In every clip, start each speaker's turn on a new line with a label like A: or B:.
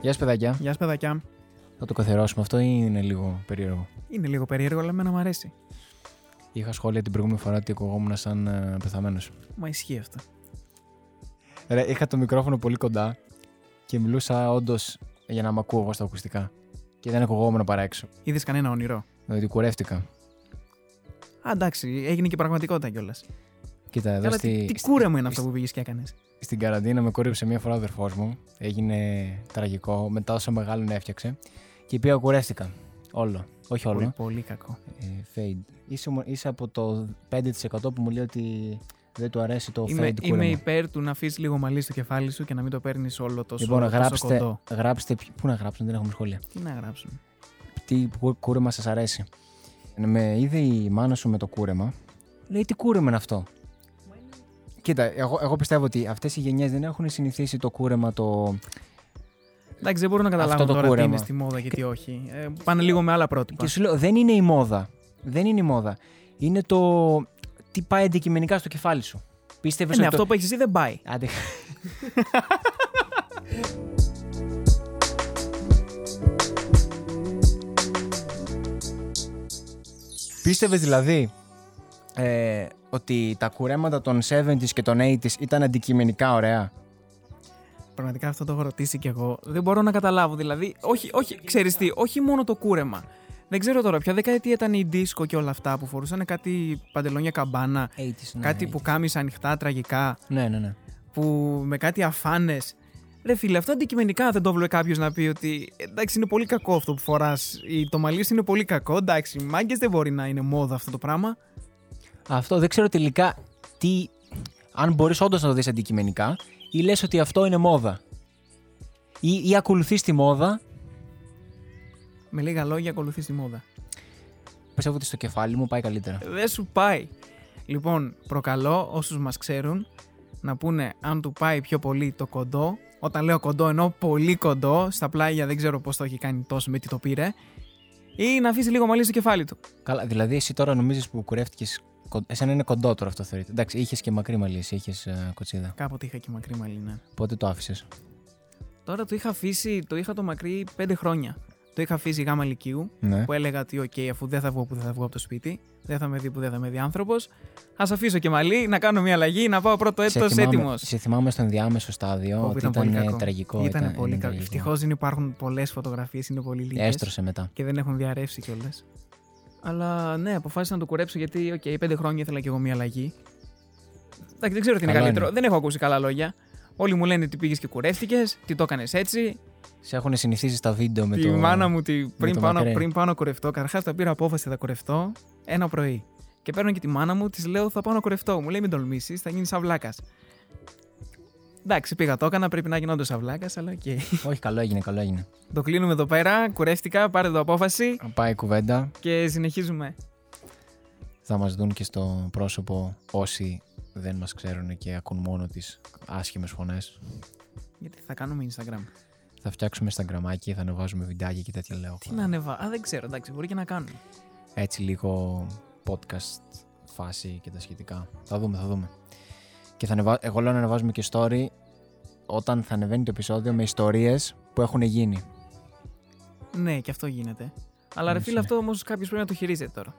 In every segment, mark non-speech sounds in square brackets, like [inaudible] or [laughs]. A: Γεια σα, παιδάκια.
B: Γεια σα, παιδάκια.
A: Θα το καθιερώσουμε αυτό ή είναι λίγο περίεργο.
B: Είναι λίγο περίεργο, αλλά εμένα μου αρέσει.
A: Είχα σχόλια την προηγούμενη φορά ότι ακουγόμουν σαν ε, πεθαμένος.
B: Μα ισχύει αυτό.
A: Ρε, είχα το μικρόφωνο πολύ κοντά και μιλούσα όντως για να μ' ακούω εγώ στα ακουστικά. Και δεν ακουγόμουν παρά έξω.
B: Είδες κανένα όνειρο.
A: Δηλαδή κουρεύτηκα.
B: Α, εντάξει, έγινε και πραγματικότητα κιόλας.
A: Κοίτα, εδώ
B: Αλλά
A: στη,
B: τι, τι
A: στη-
B: κούρεμα είναι αυτό που πήγε και έκανες.
A: στην καραντίνα με κόριψε μία φορά ο αδερφός μου. Έγινε τραγικό. Μετά όσο μεγάλο έφτιαξε. Και πήγα κουρεύτηκα. Όλο. Όχι όλο.
B: Πολύ, πολύ κακό.
A: ε, fade. Είσαι, μο- είσαι από το 5% που μου λέει ότι δεν του αρέσει το
B: Είμαι,
A: fade κούρεμα.
B: είμαι υπέρ του να αφήσεις λίγο μαλλί στο κεφάλι σου και να μην το παίρνεις όλο τόσο,
A: Λοιπόν,
B: τόσο
A: γράψτε,
B: κοντό.
A: γράψτε. ποι- Πού να γράψουν, δεν έχουμε σχόλια.
B: Τι να γράψουμε.
A: Τι κου- κούρεμα σας αρέσει. Ε, Με είδε η μάνα σου με το κούρεμα. Λέει τι κούρεμα είναι αυτό. Κοίτα, εγώ, εγώ πιστεύω ότι αυτές οι γενιές δεν έχουν συνηθίσει το κούρεμα το.
B: Εντάξει, δεν μπορώ να καταλάβω
A: το
B: τώρα τι
A: κούρεμα.
B: είναι στη μόδα και τι όχι. Ε, πάνε λίγο με άλλα πρότυπα.
A: Και σου λέω, δεν είναι η μόδα. Δεν είναι η μόδα. Είναι το. Τι πάει αντικειμενικά στο κεφάλι σου. Πίστευες
B: Ε, ναι,
A: ότι. το-
B: αυτό που έχεις εσύ δεν πάει.
A: Άντε. Πίστευες δηλαδή ε, ότι τα κουρέματα των 70s και των 80s ήταν αντικειμενικά ωραία.
B: Πραγματικά αυτό το έχω ρωτήσει κι εγώ. Δεν μπορώ να καταλάβω. Δηλαδή, όχι, όχι, ξέρεις τι, όχι μόνο το κούρεμα. Δεν ξέρω τώρα, ποια δεκαετία ήταν η δίσκο και όλα αυτά που φορούσαν κάτι παντελόνια καμπάνα,
A: 80s, ναι,
B: κάτι που κάμισε ανοιχτά τραγικά,
A: Ναι, ναι, ναι.
B: που με κάτι αφάνες. Ρε φίλε, αυτό αντικειμενικά δεν το βλέπει κάποιος να πει ότι εντάξει είναι πολύ κακό αυτό που φοράς. Το μαλλί σου είναι πολύ κακό. Εντάξει, μάγκες δεν μπορεί να είναι μόδα αυτό το πράγμα.
A: Αυτό δεν ξέρω τελικά τι. Αν μπορείς όντως να το δεις αντικειμενικά, ή λες ότι αυτό είναι μόδα. Ή, ή ακολουθείς τη μόδα.
B: Με λίγα λόγια, ακολουθείς τη μόδα.
A: Πιστεύω ότι στο κεφάλι μου πάει καλύτερα.
B: Δεν σου πάει. Λοιπόν, προκαλώ όσους μας ξέρουν να πούνε αν του πάει πιο πολύ το κοντό. Όταν λέω κοντό εννοώ πολύ κοντό. Στα πλάγια δεν ξέρω πώς το έχει κάνει τόσο με τι το πήρε. Ή να αφήσει λίγο μαλλί στο κεφάλι του.
A: Καλά, δηλαδή εσύ τώρα νομίζεις που κουρεύτηκες. Εσένα είναι κοντό τώρα αυτό θεωρείται. Εντάξει, είχες και μακρύ μαλλί, εσύ είχε κοτσίδα.
B: Κάποτε είχα και μακρύ μαλλί, ναι.
A: Πότε το άφησες.
B: Τώρα το είχα αφήσει, το είχα το μακρύ 5 χρόνια. Το είχα αφήσει γάμα λυκείου.
A: Ναι.
B: Που έλεγα ότι, οκ, αφού δεν θα βγω που δεν θα βγω από το σπίτι, δεν θα με δει που δεν θα με δει άνθρωπος, ας αφήσω και μαλλί, να κάνω μια αλλαγή, να πάω πρώτο έτο έτοιμος.
A: σε θυμάμαι στον διάμεσο στάδιο
B: Ε, Όπου
A: ότι
B: ήταν
A: ήταν,
B: πολύ
A: ε,
B: κακό.
A: τραγικό.
B: Ήταν, πολύ
A: ήταν
B: κακό. Ευτυχώς δεν υπάρχουν πολλές φωτογραφίες, είναι πολύ λίγες.
A: Έστρωσε μετά.
B: Και δεν έχουν διαρρεύσει κιόλας. Αλλά ναι, αποφάσισα να το κουρέψω γιατί, οκ, πέντε χρόνια ήθελα κι εγώ μια αλλαγή. Εντάξει, δεν ξέρω τι είναι
A: Καλό
B: καλύτερο.
A: είναι.
B: Δεν έχω ακούσει καλά λόγια. Όλοι μου λένε τι πήγες και κουρεύτηκες, τι το έκανες έτσι.
A: Σε έχουν συνηθίσει στα βίντεο με
B: τη
A: το.
B: μάνα μου τη, πριν,
A: το
B: πάω, να-
A: μακρύ.
B: πριν πάω να κουρευτώ, καταρχάς τα πήρα απόφαση θα κουρευτώ ένα πρωί. Και παίρνω και τη μάνα μου, της λέω θα πάω να κουρευτώ. Μου λέει μην τολμήσεις, θα γίνεις σαυλάκα. Εντάξει, πήγα, το έκανα, πρέπει να γίνω όντω σαυλάκα, αλλά οκ. [laughs]
A: Όχι, καλό έγινε, καλό έγινε.
B: Το κλείνουμε εδώ πέρα. Κουρεύτηκα, πάρε το απόφαση
A: Πάει η κουβέντα.
B: και συνεχίζουμε.
A: Θα μας δουν και στο πρόσωπο όσοι δεν μας ξέρουν και ακούν μόνο τις άσχημες φωνές.
B: Γιατί θα κάνουμε Instagram.
A: Θα φτιάξουμε στα γκραμάκι, θα ανεβάζουμε βιντεάκια και τέτοια λέω.
B: Τι να ανεβά. Α, δεν ξέρω, εντάξει, μπορεί και να κάνουμε.
A: έτσι λίγο podcast φάση και τα σχετικά. Θα δούμε, θα δούμε. Και θα ανεβα... εγώ λέω να ανεβάζουμε και story όταν θα ανεβαίνει το επεισόδιο με ιστορίες που έχουν γίνει.
B: Ναι, και αυτό γίνεται. Αλλά ρε
A: Ναι,
B: φίλε,
A: ναι.
B: αυτό όμως κάποιος πρέπει να το χειρίζεται τώρα.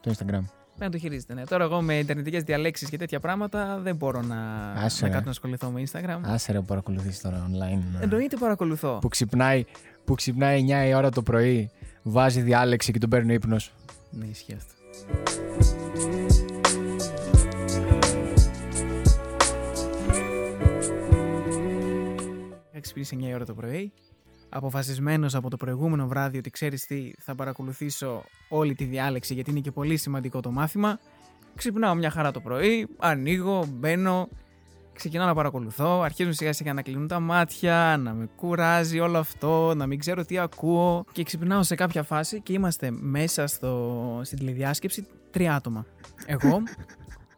A: Το Instagram.
B: Πρέπει να το χειρίζεται. Ναι. Τώρα εγώ με ιντερνετικές διαλέξεις και τέτοια πράγματα δεν μπορώ να,
A: Άσε,
B: να
A: ρε.
B: κάτω να ασχοληθώ με Instagram.
A: Άσε ρε που παρακολουθείς τώρα online. ε.
B: Εννοείται παρακολουθώ.
A: Που ξυπνάει, που ξυπνάει 9 η ώρα το πρωί, βάζει διάλεξη και τον παίρνει ύπνος.
B: Ναι, ισχύει αυτό. Είχα ξυπνήσει 9 η ώρα το πρωί. Αποφασισμένος από το προηγούμενο βράδυ ότι ξέρεις τι, θα παρακολουθήσω όλη τη διάλεξη γιατί είναι και πολύ σημαντικό το μάθημα. Ξυπνάω μια χαρά το πρωί, ανοίγω, μπαίνω, ξεκινάω να παρακολουθώ. Αρχίζουν σιγά σιγά να κλείνουν τα μάτια, να με κουράζει όλο αυτό, να μην ξέρω τι ακούω. Και ξυπνάω σε κάποια φάση και είμαστε μέσα στο, στην τηλεδιάσκεψη τρία άτομα. Εγώ,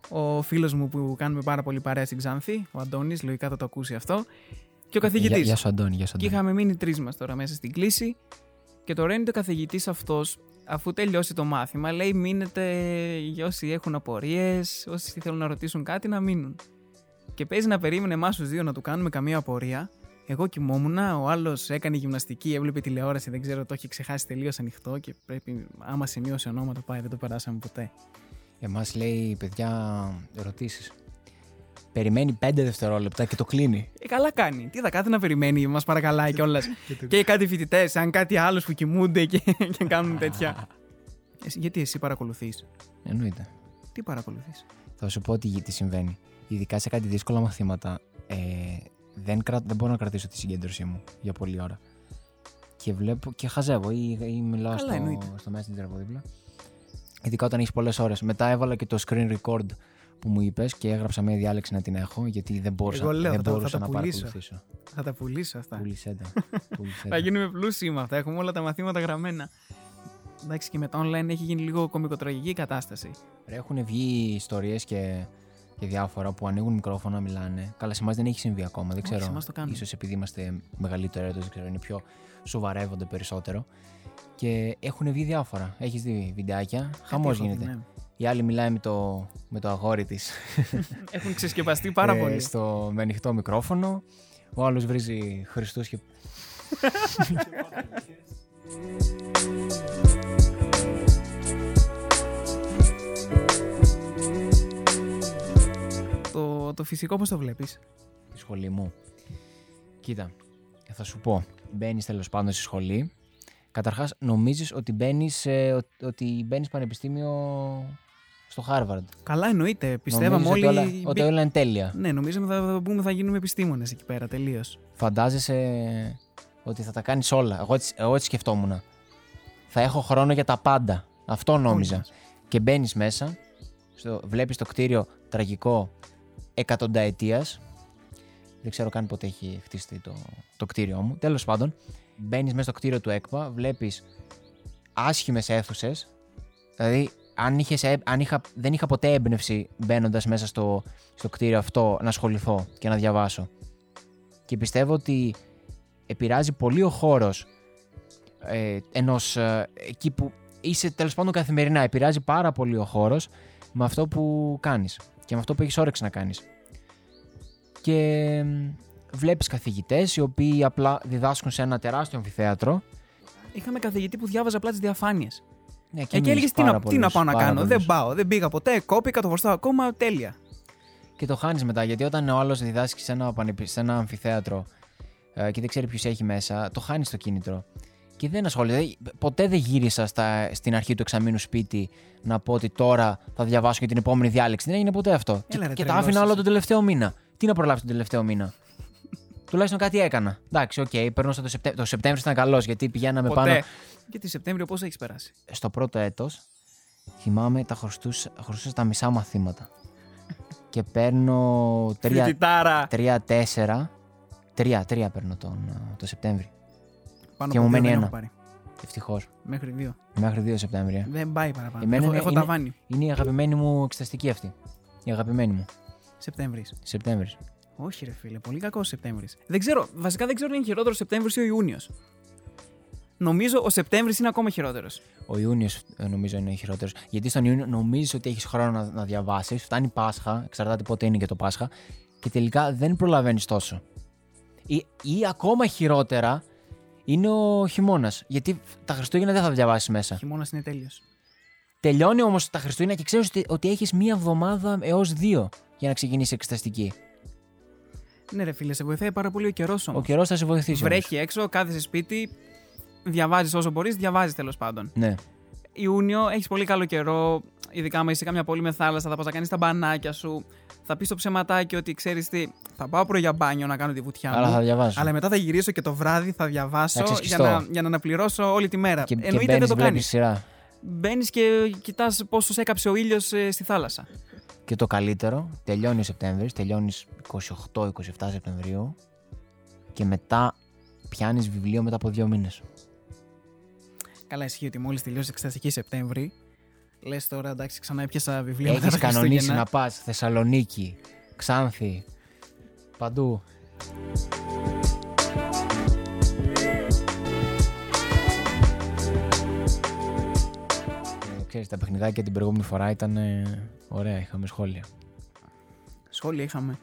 B: ο φίλος μου που κάνουμε πάρα πολύ παρέα στην Ξάνθη, ο Αντώνης, λογικά θα το ακούσει αυτό, και ο καθηγητής.
A: Γεια, γεια σου Αντώνη, γεια σου
B: Και
A: Αντώνη.
B: είχαμε μείνει τρεις μας τώρα μέσα στην κλίση. Και τώρα είναι ο καθηγητής αυτός, αφού τελειώσει το μάθημα, λέει: Μείνετε για όσοι έχουν απορίες, όσοι θέλουν να ρωτήσουν κάτι, να μείνουν. Και παίζει να περίμενε εμάς τους δύο να του κάνουμε καμία απορία. Εγώ κοιμόμουνα, ο άλλος έκανε γυμναστική, έβλεπε τηλεόραση, δεν ξέρω, το έχει ξεχάσει τελείως ανοιχτό και πρέπει, άμα σημείωσε ονόματα, πάει, δεν το περάσαμε ποτέ.
A: Εμάς λέει, παιδιά, ερωτήσει. Περιμένει 5 δευτερόλεπτα και το κλείνει.
B: Ε, καλά κάνει. Τι θα κάθε να περιμένει, μας παρακαλάει κιόλας. και κάτι φοιτητές, αν κάτι άλλος που κοιμούνται και, και κάνουν τέτοια. Εσύ- γιατί εσύ παρακολουθείς.
A: Εννοείται.
B: Τι παρακολουθείς.
A: Θα σου πω τι, τι συμβαίνει. Ειδικά σε κάτι δύσκολα μαθήματα, ε, δεν, κρα, δεν μπορώ να κρατήσω τη συγκέντρωσή μου για πολλή ώρα. Και βλέπω και χαζεύω ή, ή μιλάω
B: Καλά, εννοείται.
A: στο, στο Messenger από δίπλα. Ειδικά όταν έχεις πολλές ώρες. Μετά έβαλα και το screen record που μου είπες και έγραψα μια διάλεξη να την έχω γιατί δεν μπορούσα,
B: Εγώ λέω,
A: δεν
B: θα τα- θα
A: μπορούσα
B: τα
A: να
B: πουλήσω.
A: παρακολουθήσω.
B: Θα τα πουλήσω αυτά.
A: Πούλησέ
B: [laughs]
A: τα. Πούλησέ
B: Θα
A: τα.
B: γίνουμε πλούσιοι με αυτά. Έχουμε όλα τα μαθήματα γραμμένα. Εντάξει, και με τα online έχει γίνει λίγο κομικοτραγική η κατάσταση.
A: Έχουν βγει ιστορίες και, και διάφορα που ανοίγουν μικρόφωνα, μιλάνε. Καλά, σε εμάς δεν έχει συμβεί ακόμα, δεν
B: Όχι,
A: ξέρω.
B: σε εμάς το κάνουν.
A: Ίσως επειδή είμαστε μεγαλύτεροι, δεν ξέρω, είναι πιο σοβαρεύονται περισσότερο. Και έχουν βγει διάφορα. Έχεις δει βιντεάκια. Χαμό
B: Κάτι έχω δει,
A: γίνεται.
B: ναι.
A: Η άλλη μιλάει με το, με το αγόρι της
B: Έχουν ξεσκεπαστεί πάρα πολύ.
A: Ε, στο, με ανοιχτό μικρόφωνο. Ο άλλος βρίζει Χριστούς και.
B: Το, το φυσικό πώς το βλέπεις.
A: τη σχολή μου. Κοίτα, θα σου πω. Μπαίνεις τέλος πάντων στη σχολή. Καταρχάς, νομίζεις ότι μπαίνεις ότι μπαίνεις πανεπιστήμιο στο Χάρβαρντ.
B: Καλά, εννοείται. Πιστεύαμε όλοι.
A: Νομίζεις Ότι όλα, ότι όλα είναι τέλεια.
B: Ναι, νομίζαμε θα, θα μπούμε, θα γίνουμε επιστήμονες εκεί πέρα τελείως.
A: Φαντάζεσαι ε, ότι θα τα κάνεις όλα. Εγώ έτσι, εγώ έτσι σκεφτόμουν. Θα έχω χρόνο για τα πάντα. Αυτό νόμιζα. Και μπαίνεις μέσα, στο, βλέπεις το κτίριο τραγικό εκατονταετίας. Δεν ξέρω καν πότε έχει χτιστεί το, το κτίριό μου. Τέλος πάντων, μπαίνεις μέσα στο κτίριο του ΕΚΠΑ, βλέπεις άσχημες αίθουσες. Δηλαδή, αν, είχες, έ- αν είχα, δεν είχα ποτέ έμπνευση μπαίνοντας μέσα στο, στο κτίριο αυτό να ασχοληθώ και να διαβάσω. Και πιστεύω ότι επηρεάζει πολύ ο χώρος ε, ενός, ε, εκεί που είσαι τέλος πάντων καθημερινά. Επηρεάζει πάρα πολύ ο χώρος με αυτό που κάνεις και με αυτό που έχεις όρεξη να κάνεις. Και βλέπεις καθηγητές οι οποίοι απλά διδάσκουν σε ένα τεράστιο αμφιθέατρο.
B: Είχαμε καθηγητή που διάβαζε απλά τις διαφάνειες.
A: Ναι,
B: Εκεί έλεγε
A: μιλείς
B: Ε, τι,
A: πάρα
B: να- τι να
A: πολλούς,
B: πάω να
A: πάρα
B: κάνω. Δεν
A: πολλούς.
B: πάω, δεν πήγα ποτέ. Κόπηκα, το χρωστάω ακόμα. Τέλεια.
A: Και το χάνεις μετά γιατί όταν ο άλλος διδάσκει σε ένα, πανεπι- σε ένα αμφιθέατρο ε, και δεν ξέρει ποιους έχει μέσα, το χάνεις το κίνητρο. Και δεν ασχολείται. Δηλαδή, Ποτέ δεν γύρισα στα, στην αρχή του εξαμήνου σπίτι να πω ότι τώρα θα διαβάσω και την επόμενη διάλεξη. Δεν έγινε ποτέ αυτό. και
B: ρε,
A: και τα
B: τρελός
A: άφηνα όλα
B: είσαι.
A: τον τελευταίο μήνα. Τι να προλάβεις τον τελευταίο μήνα. Τουλάχιστον κάτι έκανα. Εντάξει, οκ, περνούσα το, Σεπτέμβριο. Το Σεπτέμβριο ήταν καλός γιατί πηγαίναμε
B: ποτέ.
A: πάνω
B: Και τη Σεπτέμβριο πώς έχεις περάσει.
A: στο πρώτο έτος θυμάμαι τα χρωστούσα, χρωστούσα τα μισά μαθήματα. και παίρνω τρία,
B: Φοιτητάρα.
A: τρία, τέσσερα. Τρία, τρία παίρνω τον, ε, το Σεπτέμβρη.
B: Πάνω
A: και
B: από
A: μου
B: δύο
A: μένει ένα.
B: δεν έχω πάρει.
A: Ευτυχώς.
B: Μέχρι δύο.
A: Μέχρι 2 Σεπτέμβρη. ε.
B: Δεν πάει παραπάνω.
A: Εμένα
B: έχω
A: είναι-
B: έχω
A: είναι-
B: ταβάνι.
A: Είναι η αγαπημένη μου εξεταστική αυτή. Η αγαπημένη μου.
B: Σεπτέμβρης.
A: Σεπτέμβρης.
B: Όχι, ρε φίλε, πολύ κακός Σεπτέμβρης. Δεν ξέρω, βασικά δεν ξέρω αν είναι χειρότερος Σεπτέμβρης ή ο Ιούνιος. Νομίζω ο Σεπτέμβρης είναι ακόμα χειρότερος.
A: Ο Ιούνιος νομίζω είναι χειρότερος. Γιατί στον Ιούνιο νομίζεις ότι έχεις χρόνο να, να διαβάσεις, φτάνει Πάσχα, εξαρτάται πότε είναι και το Πάσχα, και τελικά δεν προλαβαίνεις τόσο. Ή, ή ακόμα χειρότερα είναι ο χειμώνας. Γιατί τα Χριστούγεννα δεν θα διαβάσεις μέσα.
B: Χειμώνας είναι τέλειος.
A: Τελειώνει όμως τα Χριστούγεννα και ξέρεις ότι, ότι έχεις μία εβδομάδα έως δύο για να ξεκινήσεις εξεταστική.
B: Ναι, ρε φίλε, σε βοηθάει πάρα πολύ ο καιρός όμως.
A: Ο καιρός θα σε βοηθήσει. όμως.
B: Βρέχει έξω, κάθεσαι σπίτι, διαβάζεις όσο μπορείς, διαβάζεις τέλος πάντων.
A: Ναι.
B: Ιούνιο έχεις πολύ καλό καιρό, ειδικά άμα είσαι σε κάμια πόλη με θάλασσα, θα πας να κάνεις τα μπανάκια σου. Θα πεις το ψεματάκι ότι ξέρεις τι, θα πάω πρωί για μπάνιο να κάνω τη βουτιά μου.
A: Αλλά θα διαβάζω.
B: Αλλά μετά θα γυρίσω και το βράδυ θα διαβάσω
A: Θα
B: για
A: ξεσκιστώ.
B: να, για να αναπληρώσω όλη τη μέρα.
A: Και, και
B: Εννοείται
A: μπαίνεις,
B: δεν το κάνει.
A: βλέπεις σειρά.
B: Μπαίνεις και κοιτάς πόσο σε έκαψε ο ήλιος στη θάλασσα.
A: Και το καλύτερο, τελειώνει ο Σεπτέμβρης, τελειώνεις 28-27 Σεπτεμβρίου και μετά πιάνεις βιβλίο μετά από δύο μήνες.
B: Καλά, ισχύει ότι μόλις τελειώσει εξεταστική Σεπτέμβρη. Λες τώρα, εντάξει, ξανά έπιασα βιβλία. μετά
A: Έχει
B: τα
A: κανονίσει
B: Χριστούγεννα.
A: να πας Θεσσαλονίκη, Ξάνθη, παντού. Ε, Ξέρεις, τα παιχνιδάκια την προηγούμενη φορά ήταν ε, ωραία, είχαμε σχόλια.
B: Σχόλια είχαμε.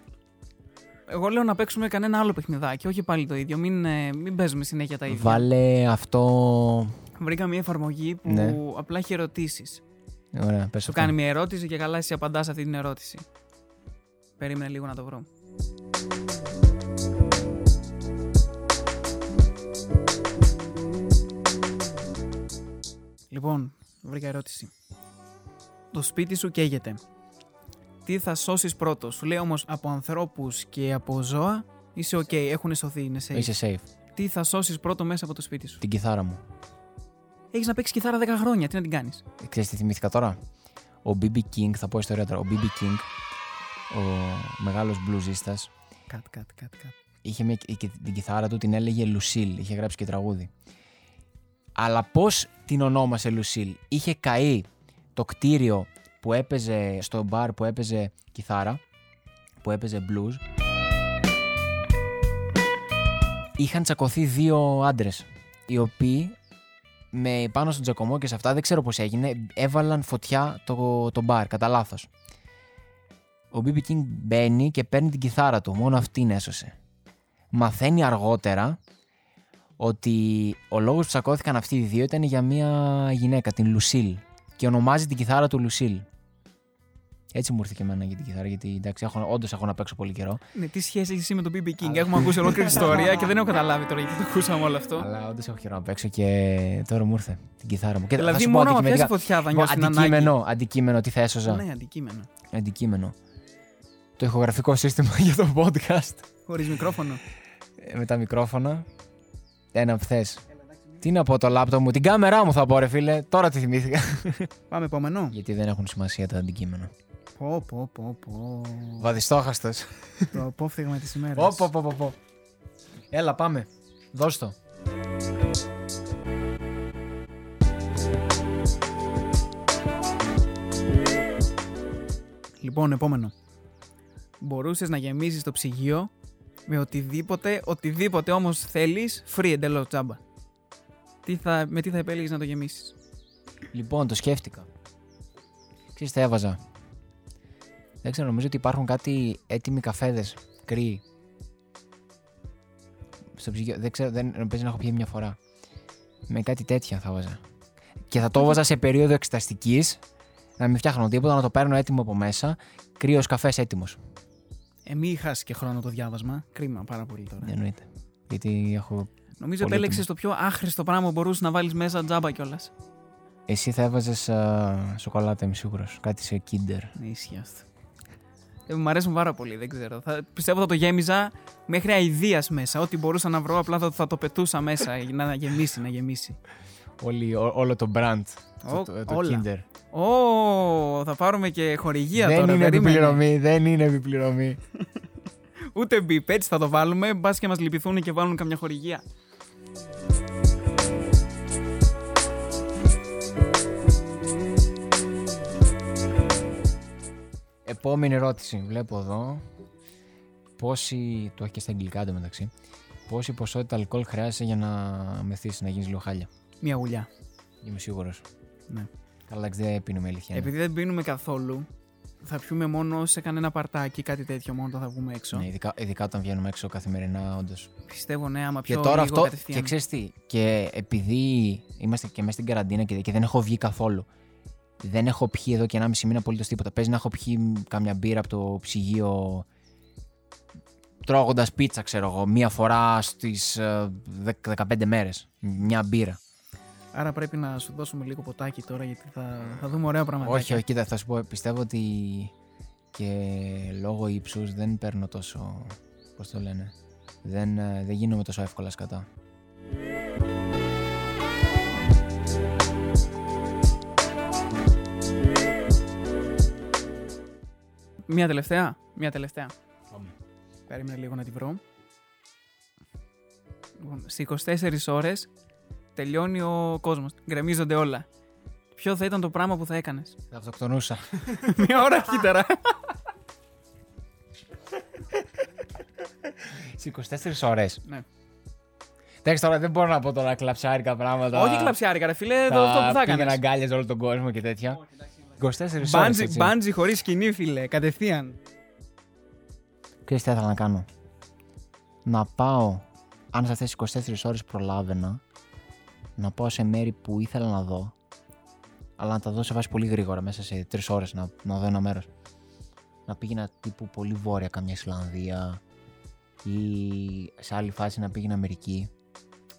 B: Εγώ λέω να παίξουμε κανένα άλλο παιχνιδάκι, όχι πάλι το ίδιο. Μην, ε, μην παίζουμε συνέχεια τα ίδια.
A: Βάλε αυτό.
B: Βρήκα μια εφαρμογή που
A: Ναι.
B: απλά έχει ερωτήσεις.
A: Ωραία, πες
B: Σου
A: αυτό.
B: κάνει μια ερώτηση και καλά εσύ απαντάς αυτή την ερώτηση. Περίμενε λίγο να το βρω. Λοιπόν, βρήκα ερώτηση. Το σπίτι σου καίγεται. Τι θα σώσεις πρώτος, σου λέει όμως από ανθρώπους και από ζώα. Είσαι οκ, έχουν σωθεί, είναι safe.
A: Είσαι safe.
B: Τι θα σώσεις πρώτο μέσα από το σπίτι σου.
A: Την κιθάρα μου.
B: Έχεις να παίξεις κιθάρα 10 χρόνια, τι να την κάνεις.
A: Ξέρεις τι θυμήθηκα τώρα. Ο BB King, θα πω ιστορία τώρα. Ο BB King, ο μεγάλος μπλουζίστας,
B: Κατ, κατ, κατ, κατ.
A: είχε μια, και την κιθάρα του την έλεγε Λουσίλ. Είχε γράψει και τραγούδι. Αλλά πώς την ονόμασε Λουσίλ. Είχε καεί το κτίριο που έπαιζε στο μπαρ που έπαιζε κιθάρα, που έπαιζε blues. Είχαν τσακωθεί δύο άντρες, οι οποίοι με πάνω στον τσακωμό και σε αυτά, δεν ξέρω πώς έγινε, έβαλαν φωτιά το, το μπαρ, κατά λάθος. Ο BB King μπαίνει και παίρνει την κιθάρα του, μόνο αυτήν έσωσε. Μαθαίνει αργότερα ότι ο λόγος που τσακώθηκαν αυτοί οι δύο ήταν για μια γυναίκα, την Λουσίλ. Και ονομάζει την κιθάρα του Λουσίλ. Έτσι μου ήρθε και εμένα για την κιθάρα, γιατί εντάξει, έχω, όντως έχω να παίξω πολύ καιρό.
B: Ναι, τι σχέση έχεις εσύ με τον BB King. Έχουμε ακούσει ολόκληρη ιστορία και δεν έχω καταλάβει τώρα γιατί το ακούσαμε όλο αυτό.
A: Αλλά όντως έχω καιρό να παίξω και τώρα μου ήρθε την κιθάρα μου. Και θα
B: δηλαδή,
A: σου πω
B: μόνο άμα πιάσει
A: αντικειμενικά-
B: φωτιά θα
A: πω,
B: νιώσει την ανάγκη.
A: αντικείμενο, αντικείμενο, τι θα έσωζα.
B: Ναι, αντικείμενο.
A: Αντικείμενο. Το ηχογραφικό σύστημα [laughs] για το podcast.
B: Χωρίς μικρόφωνο.
A: Ε, Με τα μικρόφωνα. Ένα που θε. Τι να πω το λάπτο μου, την κάμερά μου θα πω ρε φίλε, τώρα τη θυμήθηκα.
B: Πάμε επόμενο.
A: [laughs] Γιατί δεν έχουν σημασία τα αντικείμενα.
B: Πω, πω, πω, πω.
A: Βαδιστόχαστος.
B: Το απόφθεγμα της ημέρας.
A: Πω, πω, πω, πω, πω. Έλα πάμε, δώσ' το.
B: Λοιπόν, επόμενο. Μπορούσες να γεμίσει το ψυγείο με οτιδήποτε, οτιδήποτε όμως θέλεις, free εντελώς τσάμπα. Τι θα, με τι θα επέλεγες να το γεμίσεις.
A: Λοιπόν, το σκέφτηκα. Ξέρεις, τα έβαζα. Δεν ξέρω, νομίζω ότι υπάρχουν κάτι έτοιμοι καφέδες, κρύοι. Στο ψυγείο, δεν ξέρω, δεν παίζει να έχω πιει μια φορά. Με κάτι τέτοια θα βάζα. Και θα το έβαζα σε περίοδο εξεταστικής, να μην φτιάχνω τίποτα, να το παίρνω έτοιμο από μέσα. Κρύος καφές έτοιμος.
B: Ε, μη χάσεις και χρόνο το διάβασμα. Κρίμα πάρα πολύ τώρα.
A: Δεν εννοείται. Γιατί έχω...
B: Νομίζω
A: Πολύτιμο.
B: επέλεξε το πιο άχρηστο πράγμα που μπορούσες να βάλεις μέσα τζάμπα κιόλας.
A: Εσύ θα έβαζες α, σοκολάτα, είμαι σίγουρος. Κάτι σε kinder.
B: Ναι, ισχύει αυτό. Ε, μ' αρέσουν πάρα πολύ, δεν ξέρω. Θα, πιστεύω θα το γέμιζα μέχρι αηδίας μέσα. Ό,τι μπορούσα να βρω, απλά θα, θα το πετούσα μέσα για να γεμίσει, να γεμίσει.
A: Όλη, ό- όλο το brand, το,
B: Ω,
A: το, το
B: όλα.
A: kinder.
B: Ω, θα πάρουμε και χορηγία
A: δεν
B: τώρα.
A: είναι
B: περίμενε.
A: επιπληρωμή, δεν είναι επιπληρωμή.
B: Ούτε μπιπ, έτσι θα το βάλουμε. Μπας και μας λυπηθούν και βάλουν καμιά χορηγία.
A: Επόμενη ερώτηση. Βλέπω εδώ. Πόση. Το έχεις και στα αγγλικά εντωμεταξύ. Πόση ποσότητα αλκοόλ χρειάζεσαι για να μεθύσεις, να γίνεις λίγο χάλια.
B: Μια γουλιά.
A: Είμαι σίγουρος.
B: Ναι.
A: Καλά, εντάξει, δεν πίνουμε αλήθεια. είναι.
B: Επειδή δεν πίνουμε καθόλου, θα πιούμε μόνο σε κανένα παρτάκι, κάτι τέτοιο, μόνο όταν θα βγούμε έξω.
A: Ναι, ειδικά, ειδικά όταν βγαίνουμε έξω καθημερινά, όντως.
B: Πιστεύω, ναι, άμα
A: Και
B: πιω
A: τώρα
B: λίγο
A: αυτό.
B: κατευθείαν.
A: Και ξέρεις τι. Και επειδή είμαστε και μέσα στην καραντίνα και, και δεν έχω βγει καθόλου. Δεν έχω πιει εδώ και 1,5 μήνα απολύτως τίποτα. Παίζει να έχω πιει κάμια μπύρα από το ψυγείο. Τρώγοντας πίτσα, ξέρω εγώ, μία φορά ε, στι 15 μέρες. Μια μπύρα.
B: Άρα πρέπει να σου δώσουμε λίγο ποτάκι τώρα, γιατί θα, θα δούμε ωραία πράγματα.
A: όχι, όχι, κοίτα, θα σου πω. Πιστεύω ότι και λόγω ύψους δεν παίρνω τόσο. Πώς το λένε. Δεν, ε, δεν γίνομαι τόσο εύκολα σκατά.
B: Μια τελευταία. Μια τελευταία.
A: Πάμε.
B: Περίμενε λίγο να τη βρω. Λοιπόν, σε 24 ώρες τελειώνει ο κόσμος. Γκρεμίζονται όλα. Ποιο θα ήταν το πράγμα που θα έκανες.
A: Θα αυτοκτονούσα.
B: [laughs] Μια ώρα αρχίτερα.
A: Σε 24 ώρες.
B: ναι.
A: Εντάξει, τώρα δεν μπορώ να πω τώρα κλαψάρικα πράγματα.
B: Όχι κλαψιάρικα, ρε φίλε, το, αυτό που θα
A: Πήγαινα
B: έκανες.
A: αγκάλιαζα όλο τον κόσμο και τέτοια. 24 ώρε.
B: Μπάντζι χωρίς σκηνή, φίλε, κατευθείαν.
A: Ξέρεις τι θα ήθελα να κάνω. Να πάω, αν σε αυτές τις 24 ώρες προλάβαινα, να πάω σε μέρη που ήθελα να δω, αλλά να τα δω σε βάση πολύ γρήγορα, μέσα σε 3 ώρες να, να δω ένα μέρος. Να πήγαινα τύπου πολύ βόρεια, καμιά Ισλανδία ή σε άλλη φάση να πήγαινα Αμερική.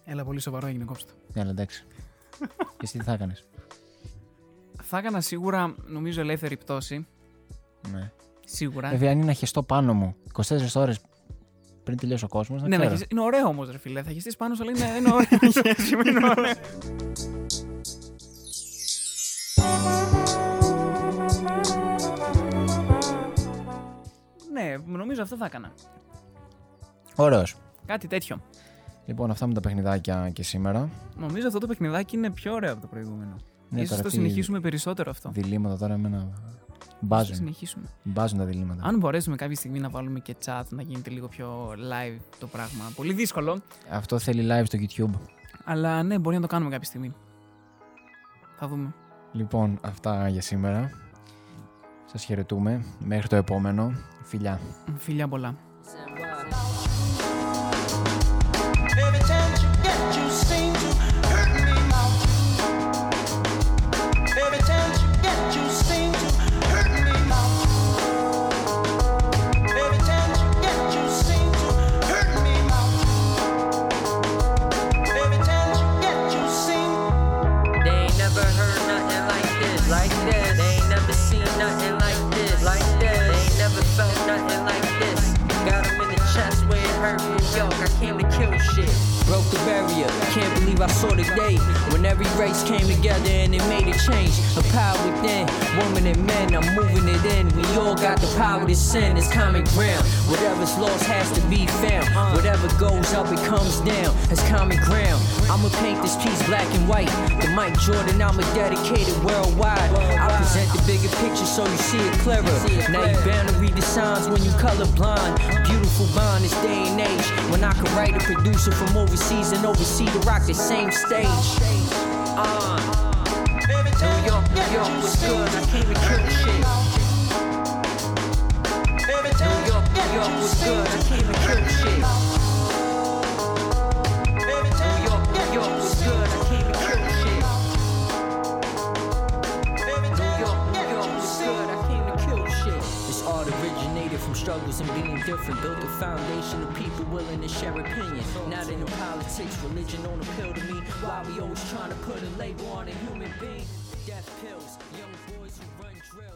B: Έλα, πολύ σοβαρό έγινε κόψτε.
A: Ναι, αλλά
B: [laughs]
A: εντάξει. Και εσύ τι θα έκανες.
B: Θα έκανα σίγουρα, νομίζω, ελεύθερη πτώση.
A: Ναι.
B: Σίγουρα.
A: Βέβαια, αν είναι να χεστώ πάνω μου 24 ώρες πριν τελειώσει ο κόσμος, να
B: ναι, να
A: ξέρω.
B: χεστείς- είναι ωραίο όμως, ρε φίλε. Θα χεστεί πάνω σου, αλλά είναι, είναι [laughs] ωραίο. να χεστείς, είναι ωραίο. ναι, νομίζω αυτό θα έκανα.
A: Ωραίος.
B: Κάτι τέτοιο.
A: Λοιπόν, αυτά με τα παιχνιδάκια και σήμερα.
B: Νομίζω αυτό το παιχνιδάκι είναι πιο ωραίο από το προηγούμενο.
A: Ναι,
B: Ίσως
A: τώρα
B: το
A: τι
B: συνεχίσουμε περισσότερο αυτό.
A: Διλήμματα τώρα εμένα.
B: Ίσως το
A: Μπάζουν.
B: συνεχίσουμε.
A: Μπάζουν τα διλήμματα.
B: Αν μπορέσουμε κάποια στιγμή να βάλουμε και chat, να γίνεται λίγο πιο live το πράγμα. Πολύ δύσκολο,
A: Αυτό θέλει live στο YouTube.
B: αλλά ναι, μπορεί να το κάνουμε κάποια στιγμή. Θα δούμε.
A: Λοιπόν, αυτά για σήμερα. Σας χαιρετούμε. Μέχρι το επόμενο. Φιλιά.
B: Φιλιά πολλά.
C: Every chance you get, you seem to hurt me more. Every chance you get, you seem to hurt me more. Every chance you get, you seem to hurt me more. Every chance you get, you seem.
D: They ain't never heard nothing like this, like this. They ain't never seen nothing like this, like this. They ain't never felt nothing like this. Got 'em in the chest where it hurt New York. I came to kill shit. Broke the barrier. Can't believe I saw the day when every race came together and it made a change. A power within, woman and men. I'm moving it in. We all got the power to sin. It's common ground. Whatever's lost has to be found. Whatever goes up, it comes down. It's common ground. I'ma paint this piece black and white. The Mike Jordan, I'ma dedicate it worldwide. I present the bigger picture so you see it clearer. Now you bound to read the signs when you colorblind. Beautiful bond this day and age. When I can write a producer from overseas and oversee to rock the same stage. Uh,
C: Every time
D: New York,
C: you
D: New
C: get,
D: York
C: you
D: was
C: seem
D: good.
C: to
D: I came to kill shit.
C: Every
D: New
C: time you
D: York,
C: get,
D: New York
C: you
D: was
C: seem
D: good.
C: to
D: I came to kill shit.
C: Every
D: New
C: time you
D: York,
C: get,
D: New York
C: you
D: was
C: seem
D: good. I came to kill shit.
C: Every
D: New
C: time
D: York,
C: you
D: New York
C: get, you
D: was
C: seem
D: good. I came to kill shit. This art originated from struggles and being different. Built a foundation of people willing to share opinion. Not into politics, religion don't appeal to me. Why we always trying to put a label on a human being? Death pills, young boys who run drills.